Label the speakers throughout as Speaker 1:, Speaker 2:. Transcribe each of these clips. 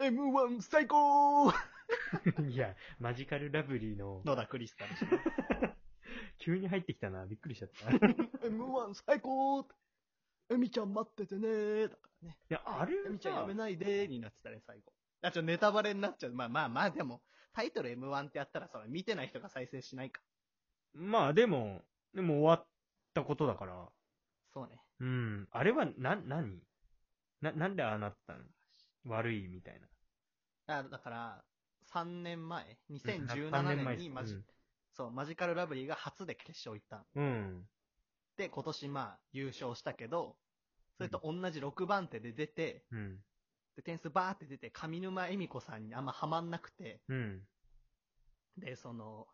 Speaker 1: M1 最高
Speaker 2: いや、マジカルラブリーの、
Speaker 3: 野田クリスタル氏。
Speaker 2: 急に入ってきたな。びっくりしちゃった。 い
Speaker 1: !M1 最高エミちゃん待っててねーだからね。
Speaker 2: や、あれ
Speaker 3: エミちゃんや
Speaker 2: さ
Speaker 3: めないでーになってたね、最後。あ、ちょ、ネタバレになっちゃう。まあまあまあ、でも、タイトル M1 ってやったら、それ見てない人が再生しないか。
Speaker 2: まあでも、でも終わったことだから。
Speaker 3: そうね。
Speaker 2: うん。あれは、な、何な、なんでああなったの悪いみたいな。
Speaker 3: あだから、3年前、
Speaker 2: うん3
Speaker 3: 2017
Speaker 2: 年前
Speaker 3: 年
Speaker 2: です
Speaker 3: にマジ、そう、マジカルラブリーが初で決勝行ったの。
Speaker 2: うん。
Speaker 3: で、今年まあ、優勝したけど、それと同じ6番手で出て、
Speaker 2: うん。
Speaker 3: で、点数バーって出て、上沼恵美子さんにあんまハマんなくて、
Speaker 2: うん。
Speaker 3: で、その、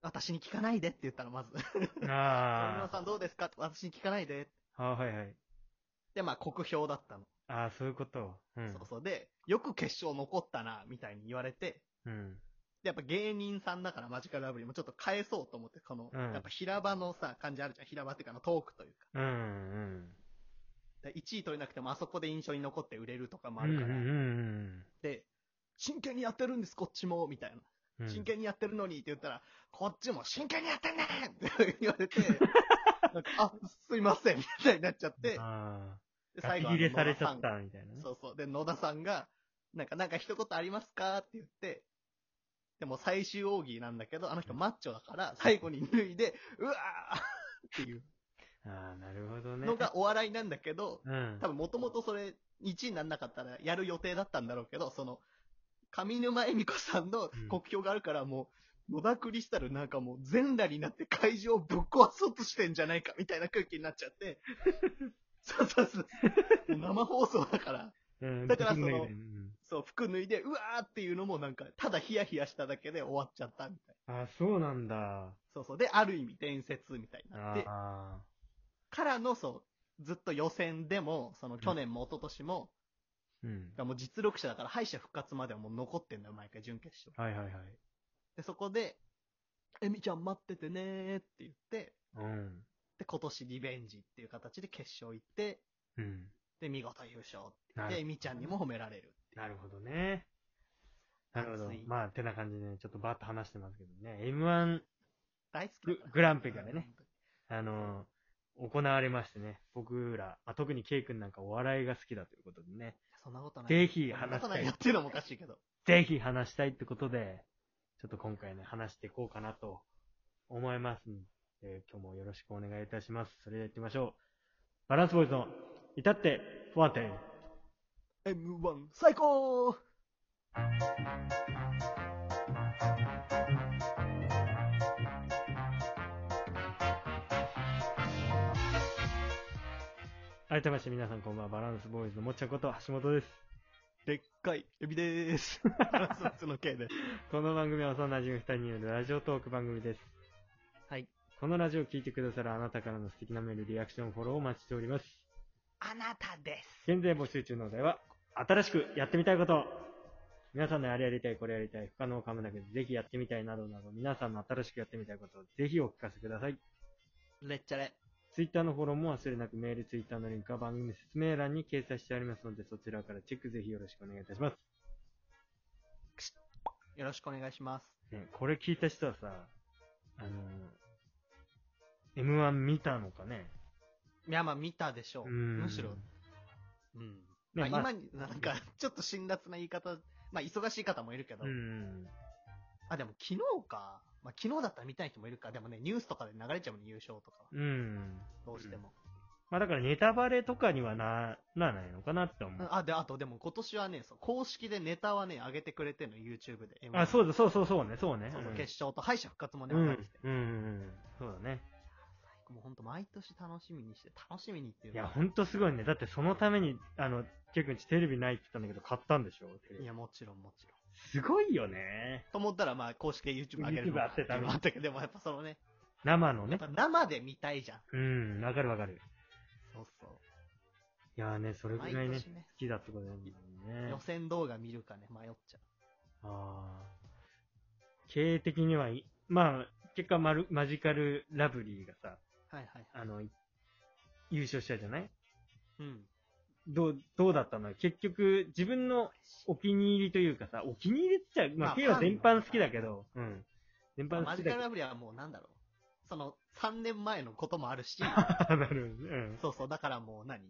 Speaker 3: 私に聞かないでって言ったの、まず。上
Speaker 2: あ
Speaker 3: 沼さんどうですか私に聞かないで。
Speaker 2: あ。あーはいはい。
Speaker 3: で、まあ、酷評だったの。
Speaker 2: ああ、そういうこと。うん。
Speaker 3: そうそう。で、よく決勝残ったな、みたいに言われて、
Speaker 2: うん。
Speaker 3: で、やっぱ芸人さんだからマジカルラブリーもちょっと返そうと思って、この、
Speaker 2: うん
Speaker 3: やっぱ平場のさ、感じあるじゃん。平場っていうか、あのトークというか。
Speaker 2: うん。うん。
Speaker 3: で1位取れなくても、あそこで印象に残って売れるとかもあるから。
Speaker 2: うんうんうん
Speaker 3: で、真剣にやってるんです、こっちも、みたい
Speaker 2: うん。
Speaker 3: な。真剣にやってるのにって言ったら、こっちも真剣にやってんねんって言 われ て、なんか、あ、すいません、みたいになっちゃって、
Speaker 2: あ
Speaker 3: で
Speaker 2: あ。最
Speaker 3: 後
Speaker 2: 後。
Speaker 3: あの
Speaker 2: 切れされちゃ
Speaker 3: 野
Speaker 2: っ
Speaker 3: 田さん
Speaker 2: たみたいなね。
Speaker 3: そうそう。で、野田さんが、なんか、なんか一言ありますかって言って、でも最終奥義なんだけど、あの人マッチョだから、最後に脱いで、うわーっていう
Speaker 2: ああ、なるほどね。
Speaker 3: のがお笑いなんだけど、
Speaker 2: うん
Speaker 3: 多。分もともとそれ、1位にならなかったらやる予定だったんだろうけど、その、上沼恵美子さんの国評があるからもう、野田クリスタルなんかもう全裸になって会場をぶっ壊そうとしてんじゃないかみたいな空気になっちゃって。そうそうそう。もう生放送だから、
Speaker 2: うん
Speaker 3: だからその
Speaker 2: 自分が言うね
Speaker 3: そう、服脱いで、うわーっていうのもなんか、ただヒヤヒヤしただけで終わっちゃったみたいな。
Speaker 2: うんああ、そうなんだ。
Speaker 3: そうそう。で、ある意味伝説みたいになって、
Speaker 2: あ
Speaker 3: からのそう、ずっと予選でも、その去年も一昨年も、
Speaker 2: ーうん。
Speaker 3: がもう実力者だから敗者復活まではもう残ってんだよ、毎回準決勝。
Speaker 2: はいはいはい。
Speaker 3: で、そこで、えみちゃん待っててねーって言って、
Speaker 2: うん。
Speaker 3: で、今年リベンジっていう形で決勝行って、
Speaker 2: うん。
Speaker 3: で、見事優勝って言
Speaker 2: な
Speaker 3: って。
Speaker 2: る
Speaker 3: で、えみちゃんにも褒められる。
Speaker 2: なるほどね。なるほど
Speaker 3: 熱い。
Speaker 2: まあ、てな感じでね、ちょっとバーッと話してますけどね。M1、
Speaker 3: 大好きだから
Speaker 2: ググランプリがね。あのー行われましてね。僕ら、あ特にケイ君なんかお笑いが好きだということでね。
Speaker 3: そんなことない。
Speaker 2: ぜひ
Speaker 3: そんな
Speaker 2: 話
Speaker 3: こと
Speaker 2: した
Speaker 3: ない
Speaker 2: い
Speaker 3: よっ。ていうのもおかしいけど。
Speaker 2: ぜひ話したいってことで、ちょっと今回ね、話していこうかなと思いますんで、えー今日もよろしくお願いいたします。それでは行ってみましょう。バランスボーイズの、至って不安定。
Speaker 1: M1 最高
Speaker 2: 改めまして皆さんこんばんは、バランスボーイズのもっちゃんこと橋本です。
Speaker 3: でっかいエビでー す。そっちの系で。
Speaker 2: この番組は幼馴染み2人によるラジオトーク番組です。
Speaker 3: はい。
Speaker 2: このラジオを聞いてくださるあなたからの素敵なメール、リアクション、フォローをお待ちしております。
Speaker 3: あなたです。
Speaker 2: 現在募集中のお題は、新しくやってみたいこと。皆さんのあれやりたい、これやりたい、不可能かもなく、ぜひやってみたいなどなど、皆さんの新しくやってみたいことをぜひお聞かせください。
Speaker 3: レッチャレ。
Speaker 2: ツイッターのフォローも忘れなく、メール、ツイッターのリンクは番組説明欄に掲載してありますので、そちらからチェックぜひよろしくお願いいたします。
Speaker 3: よろしくお願いします。
Speaker 2: ね、これ聞いた人はさ、あのー、M1 見たのかね
Speaker 3: いや、まあ見たでしょう。むしろ、うん。
Speaker 2: ね
Speaker 3: まあ、
Speaker 2: まあ
Speaker 3: 今に、なんか、ちょっと辛辣な言い方、まあ、忙しい方もいるけど、
Speaker 2: うん。
Speaker 3: あ、でも昨日か。まあ、昨日だったら見たい人もいるか。でもね、ニュースとかで流れちゃうもんね、優勝とかは。
Speaker 2: うん。
Speaker 3: どうしても。
Speaker 2: まあだからネタバレとかにはな、ならないのかなって思
Speaker 3: うん
Speaker 2: う。
Speaker 3: あ、で、あと、でも今年はね、そう公式でネタはね、上げてくれてるの、YouTube で。
Speaker 2: あ、
Speaker 3: う
Speaker 2: そうだ、そうそうそうね、そうね。
Speaker 3: そうそう、
Speaker 2: ん
Speaker 3: 決勝と敗者復活もね、
Speaker 2: うん。
Speaker 3: 上がってて。
Speaker 2: うんうんうん。そうだね。
Speaker 3: もうほんと、毎年楽しみにして、楽しみにっていう
Speaker 2: い
Speaker 3: の
Speaker 2: や、
Speaker 3: は
Speaker 2: ほんとすごいね。だってそのために、あの、結構うちテレビないって言ったんだけど、買ったんでしょテレ
Speaker 3: い
Speaker 2: ビ
Speaker 3: や、もちろん、もちろん。
Speaker 2: すごいよね。
Speaker 3: と思ったら、まあ、公式で YouTube 上げるの
Speaker 2: YouTube 合ってた
Speaker 3: のあったけど、でもやっぱそのね、
Speaker 2: 生の
Speaker 3: や
Speaker 2: ね
Speaker 3: っ。ぱ生で見たいじゃん。
Speaker 2: うん、わかるわかる。
Speaker 3: そうそう。
Speaker 2: いやーね、それぐ
Speaker 3: 毎
Speaker 2: らいね、
Speaker 3: 年
Speaker 2: 好
Speaker 3: ね、
Speaker 2: きだってことなんだよね
Speaker 3: 予。選動画見るかね、迷っちゃう。
Speaker 2: あー経営的にはいい、まあ、結果マル、マジカルラブリーがさ、
Speaker 3: はいはいはい。
Speaker 2: あの、優勝したじゃない
Speaker 3: うん。
Speaker 2: どう、どうだったの結局、自分のお気に入りというかさ、お気に入りって言っちゃ、ま
Speaker 3: ま
Speaker 2: あ、
Speaker 3: あ
Speaker 2: ケイは全般好きだけど、うん。全般好
Speaker 3: マ
Speaker 2: き
Speaker 3: ジ
Speaker 2: だ
Speaker 3: カル
Speaker 2: けど。
Speaker 3: ラブリーはもうなんだろう。その、3年前のこともあるし、
Speaker 2: あ なるほどね。うん。
Speaker 3: そうそう、だからもう何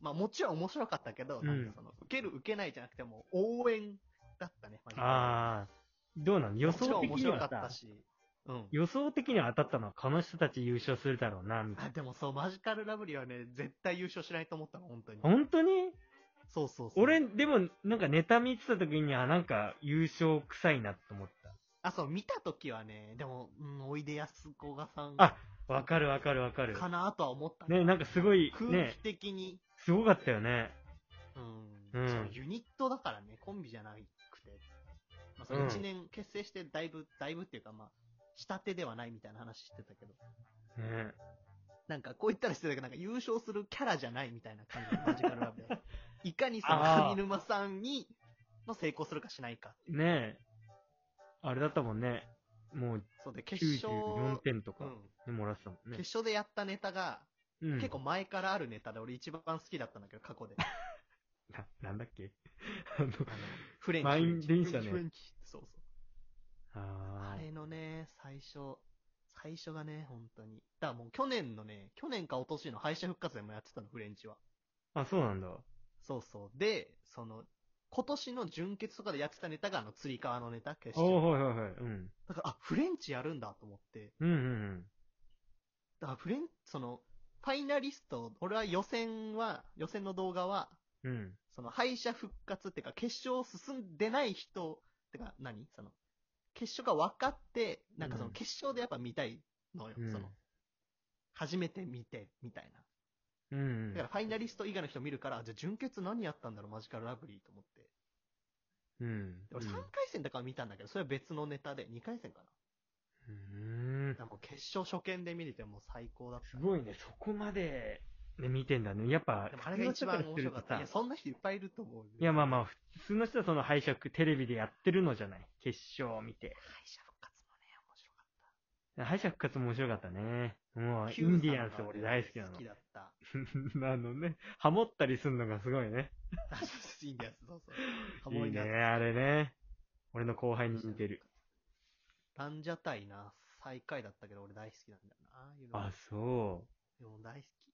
Speaker 3: まあもちろん面白かったけど、
Speaker 2: うん
Speaker 3: なんかその、受ける受けないじゃなくても、応援だったね、マジカルラ
Speaker 2: ああ、どうなの
Speaker 3: ブリー
Speaker 2: 予想
Speaker 3: もちろん
Speaker 2: 的
Speaker 3: 面
Speaker 2: に
Speaker 3: 白か
Speaker 2: は
Speaker 3: った
Speaker 2: さ、
Speaker 3: し、うん。
Speaker 2: 予想的には当たったのは、この人たち優勝するだろうな、みたい
Speaker 3: あ
Speaker 2: な。
Speaker 3: でもそう、マジカルラブリーはね、絶対優勝しないと思ったの、本当に。
Speaker 2: 本当に
Speaker 3: そうそうそう。
Speaker 2: 俺、、でも、なんかネタ見てた時には、なんか優勝臭いなと思っ
Speaker 3: あ、そう、見た時はね、でも、うん、おいでやすこがさん
Speaker 2: あた。わかるわかるわかる。
Speaker 3: かなとは思った、
Speaker 2: ね、なんかすごい、
Speaker 3: 空
Speaker 2: ね
Speaker 3: 気、的に、
Speaker 2: すごかったよね。
Speaker 3: うん、
Speaker 2: うん
Speaker 3: しかもユニットだからね、コンビじゃなくて。まあ、そ
Speaker 2: うん
Speaker 3: の1年結成して、だいぶ、だいぶっていうか、まあ、下手ではないみたいな話してたけど、
Speaker 2: ね
Speaker 3: なんかこう言ったらしてたけど、なんか優勝するキャラじゃないみたいな感じのマジカル ラブリーいかにその
Speaker 2: あー
Speaker 3: 上沼さんに、の成功するかしないか。
Speaker 2: ねあれだったもんね。もう
Speaker 3: そうで、決勝、
Speaker 2: 94点とか
Speaker 3: うん、
Speaker 2: でもらってたもんね
Speaker 3: 決。勝でやったネタが、
Speaker 2: うん
Speaker 3: 結構前からあるネタで俺一番好きだったんだけど、過去で。
Speaker 2: な、なんだっけ あの、
Speaker 3: あ のフレンチ。
Speaker 2: 満員電車ね
Speaker 3: フレンチ。そうそう。
Speaker 2: あ
Speaker 3: あ
Speaker 2: ー
Speaker 3: れのね、最初、最初がね、本当に。だからもう去年のね、去年か一昨年の敗者復活でもやってたの、フレンチは。
Speaker 2: あ、そうなんだ。
Speaker 3: そうそう。で、その、今年の準決とかでやってたネタがあの、つり革のネタ、決
Speaker 2: おー
Speaker 3: 勝。
Speaker 2: はいはいはい。うん。
Speaker 3: だから、あ、フレンチやるんだと思って。
Speaker 2: うんうん
Speaker 3: だから、フレン、その、ファイナリスト、俺は予選は、予選の動画は、
Speaker 2: うん。うん。
Speaker 3: その敗者復活っていうか、決勝進んでない人、ってか何、その、決勝が分かって、なんかその
Speaker 2: うん
Speaker 3: 決勝でやっぱ見たいのよ。
Speaker 2: うん
Speaker 3: その、初めて見て、みたいな。
Speaker 2: うんうん。
Speaker 3: だからファイナリスト以外の人見るから、じゃあ準決何やったんだろう、マジカルラブリーと思って。
Speaker 2: うん。
Speaker 3: で俺3回戦だから見たんだけど、それは別のネタで、2回戦かな。
Speaker 2: うん
Speaker 3: だからもう決勝初見で見れてもう最高だった。
Speaker 2: すごいね、そこまで、ね、見てんだね。やっぱ、
Speaker 3: でもあれが一番面白かっ
Speaker 2: 普通の人ら
Speaker 3: た。いや、
Speaker 2: するとさ
Speaker 3: そんな人いっぱいいると思うよ。
Speaker 2: いや、まあまあ、普通の人はその敗者、テレビでやってるのじゃない。決勝を見て。
Speaker 3: 敗者復活もね、面白かった。
Speaker 2: 敗者復活面白かったね。もう、イ
Speaker 3: Q
Speaker 2: ンディアンス
Speaker 3: さんがね
Speaker 2: 俺大好きなの
Speaker 3: 好き。だった。
Speaker 2: あのね、ハモったりすんのがすごいね。
Speaker 3: あそうそういいんだよ、そうそう。ハ
Speaker 2: い
Speaker 3: モ
Speaker 2: い
Speaker 3: リ
Speaker 2: ね、
Speaker 3: ナ
Speaker 2: あれね。俺の後輩に似てる。。
Speaker 3: ランジャタイな、最下位だったけど俺大好きなんだよな。ゆる
Speaker 2: あ、そ
Speaker 3: でも大好き。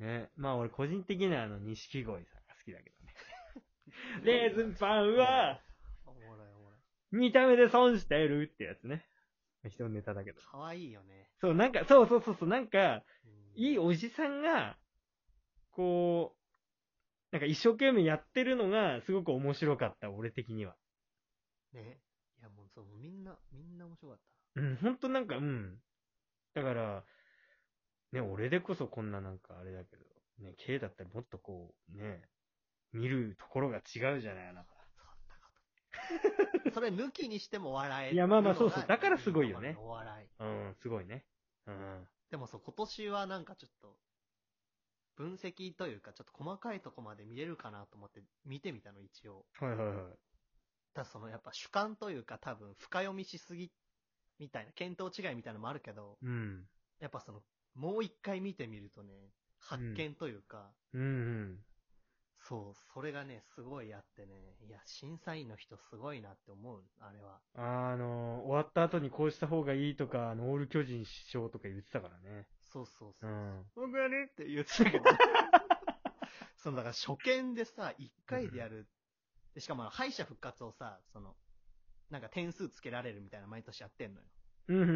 Speaker 2: う。ね。まあ俺個人的にはあの、錦鯉さんが好きだけどね。 レーズンパンは、
Speaker 3: おもろいおもろい。
Speaker 2: 見た目で損してるってやつね。人のネタだけど。
Speaker 3: 可愛いよね。
Speaker 2: そう、なんか、そうそうそうそう、なんか、
Speaker 3: うん
Speaker 2: いいおじさんが、こう、なんか一生懸命やってるのが、すごく面白かった、俺的には。
Speaker 3: ね。いやもうそう、みんな、みんな面白かっ
Speaker 2: うん、ほんとなんか、うん。だから、ね、俺でこそこんななんかあれだけど、ね、K だったらもっとこう、ね、見るところが違うじゃない、あなた。
Speaker 3: た な。それ抜きにしても笑える
Speaker 2: いやまあま
Speaker 3: の
Speaker 2: あ
Speaker 3: が
Speaker 2: そうそうだからすごいよね
Speaker 3: 今までのお笑い。
Speaker 2: うん、すごいね。うん。
Speaker 3: でもそう、今年はなんかちょっと、分析というか、ちょっと細かいとこまで見れるかなと思って見てみたの、一応。
Speaker 2: はいはいはい。
Speaker 3: ただそのやっぱ主観というか多分深読みしすぎみたいな、見当違いみたいなのもあるけど、
Speaker 2: うん。
Speaker 3: やっぱその、もう一回見てみるとね、発見というか、
Speaker 2: うんうん。
Speaker 3: そう、それがね、すごいあってね、いや、審査員の人すごいなって思う、あれは。
Speaker 2: あの、終わった後にこうした方がいいとか、あのオール巨人師匠とか言ってたからね。
Speaker 3: そうそう
Speaker 2: う
Speaker 3: そう。
Speaker 2: ん。
Speaker 3: 僕はねって言ってたけど。 その、だから初見でさ、一回でやる。でしかも、敗者復活をさ、その、なんか点数つけられるみたいな毎年やってんのよ。
Speaker 2: うんうん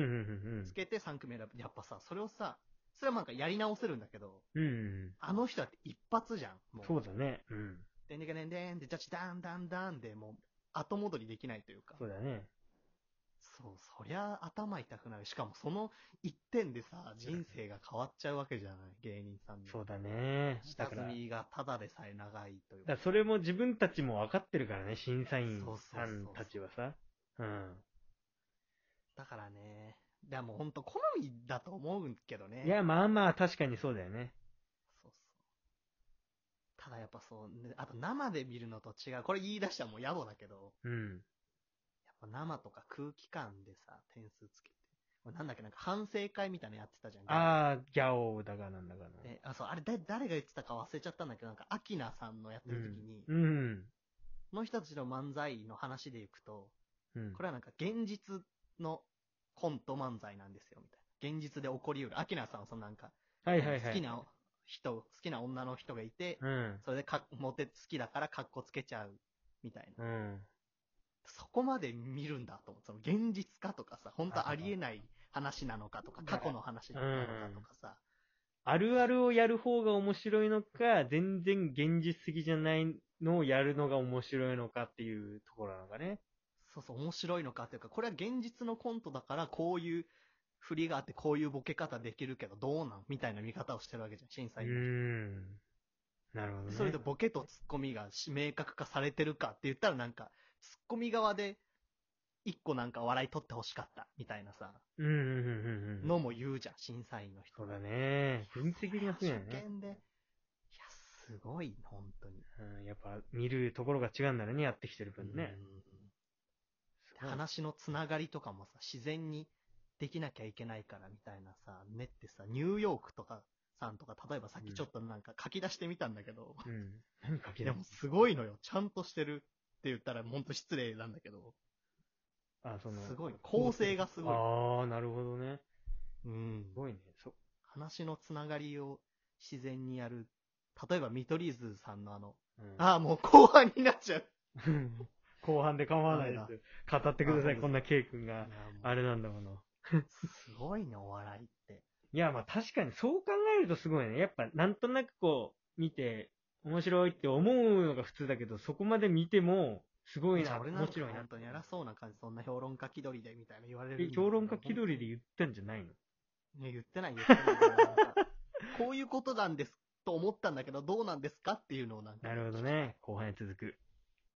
Speaker 2: うん
Speaker 3: つけて3組選ぶ。やっぱさ、それをさ、それはなんかやり直せるんだけど、
Speaker 2: うんうん。うんうん。
Speaker 3: あの人だって一発じゃん。も
Speaker 2: そうだね。うん。
Speaker 3: でんでかでんでんで、じゃちだんだんだんで、もう、後戻りできないというか。
Speaker 2: そうだね。
Speaker 3: そう、そりゃ頭痛くなる。しかもその一点でさ、人生が変わっちゃうわけじゃない芸人さんの。
Speaker 2: そうだね。だ
Speaker 3: 下
Speaker 2: か
Speaker 3: 積
Speaker 2: ら、だか
Speaker 3: みがただでさえ長いという
Speaker 2: らそれも自分たちも分かってるからね、審査員
Speaker 3: そうそう
Speaker 2: さ
Speaker 3: そうそうん
Speaker 2: たちはさ。うん。
Speaker 3: だからね。でもう本当好みだと思うけどね。
Speaker 2: いや、まあまあ、確かにそうだよね。
Speaker 3: そうそう。ただやっぱそう、ね、あと生で見るのと違う。これ言い出したらもう野暮だけど、
Speaker 2: うん。
Speaker 3: やっぱ生とか空気感でさ、点数つけて。なんだっけ、なんか反省会みたいなのやってたじゃん。
Speaker 2: ああ、ギャオだがなんだがの。
Speaker 3: であ、そう、あれ、だ、誰が言ってたか忘れちゃったんだけど、なんか、アキナさんのやってる時に、
Speaker 2: うん。
Speaker 3: その人たちの漫才の話でいくと、
Speaker 2: うん。
Speaker 3: これはなんか、現実のコント漫才なんですよ、みたいな。現実で起こりうる。アキナさんはそのなんか、
Speaker 2: はいはいはい。
Speaker 3: 好きな人、好きな女の人がいて、
Speaker 2: うん。
Speaker 3: それでかっ、モテ、好きだから格好つけちゃう、みたいな。
Speaker 2: うん。
Speaker 3: そこまで見るんだと思って、その現実かとかさ、本当ありえない話なのかとか、過去の話なのかとかさ、
Speaker 2: あるあるをやる方が面白いのか、全然現実的じゃないのをやるのが面白いのかっていうところなのかね。
Speaker 3: そうそう、面白いのかっていうか、これは現実のコントだから、こういう振りがあって、こういうボケ方できるけど、どうなんみたいな見方をしてるわけじゃん、審査
Speaker 2: う
Speaker 3: 員の人
Speaker 2: ん。なるほどね。
Speaker 3: それでボケとツッコミが明確化されてるかって言ったら、なんか、ツッコミ側で、一個なんか笑い取ってほしかった、みたいなさ、
Speaker 2: うんうんうんうんうん。
Speaker 3: のも言うじゃん、審査員の人。
Speaker 2: そうだね。分
Speaker 3: それ
Speaker 2: 析が
Speaker 3: は
Speaker 2: すごいよ
Speaker 3: 初
Speaker 2: ね。
Speaker 3: 見で、いや、すごい、本当に。
Speaker 2: うん、やっぱ見るところが違うんだろうね、やってきてる分ね。
Speaker 3: うん話のつながりとかもさ、自然にできなきゃいけないからみたいなさ、ねってさ、ニューヨークとかさんとか、例えばさっ
Speaker 2: うん
Speaker 3: きちょっとなんか書き出してみたんだけど、
Speaker 2: うん。何かけ
Speaker 3: でもすごいのよ。ちゃんとしてるって言ったらほんと失礼なんだけど、
Speaker 2: あ、その。
Speaker 3: すごい。構成がすごい。
Speaker 2: ああ、なるほどね。
Speaker 3: うん
Speaker 2: す。ごいね。そ
Speaker 3: 話のつながりを自然にやる。例えば見取り図さんのあの、
Speaker 2: うん、
Speaker 3: ああ、もう後半になっちゃう。
Speaker 2: 後半で構わないです。語ってください、
Speaker 3: あ
Speaker 2: こんな K 君が。
Speaker 3: あ
Speaker 2: あれなんだもの。
Speaker 3: すごいね、お笑いって。
Speaker 2: いや、まあ確かにそう考えるとすごいね。やっぱなんとなくこう、見て、面白いって思うのが普通だけど、そこまで見ても、すごい
Speaker 3: じゃ
Speaker 2: な、
Speaker 3: あ俺なん
Speaker 2: 面
Speaker 3: か
Speaker 2: 白いな
Speaker 3: 本。当に偉そうな感じ、そんな評論家気取りでみたいな言われるんだ
Speaker 2: え
Speaker 3: けど。
Speaker 2: 評論家気取りで言ったんじゃないの
Speaker 3: いや言ってない言ってない けど。なんかこういうことなんですと思ったんだけど、どうなんですかっていうのをなんか。
Speaker 2: なるほどね。後半へ続く。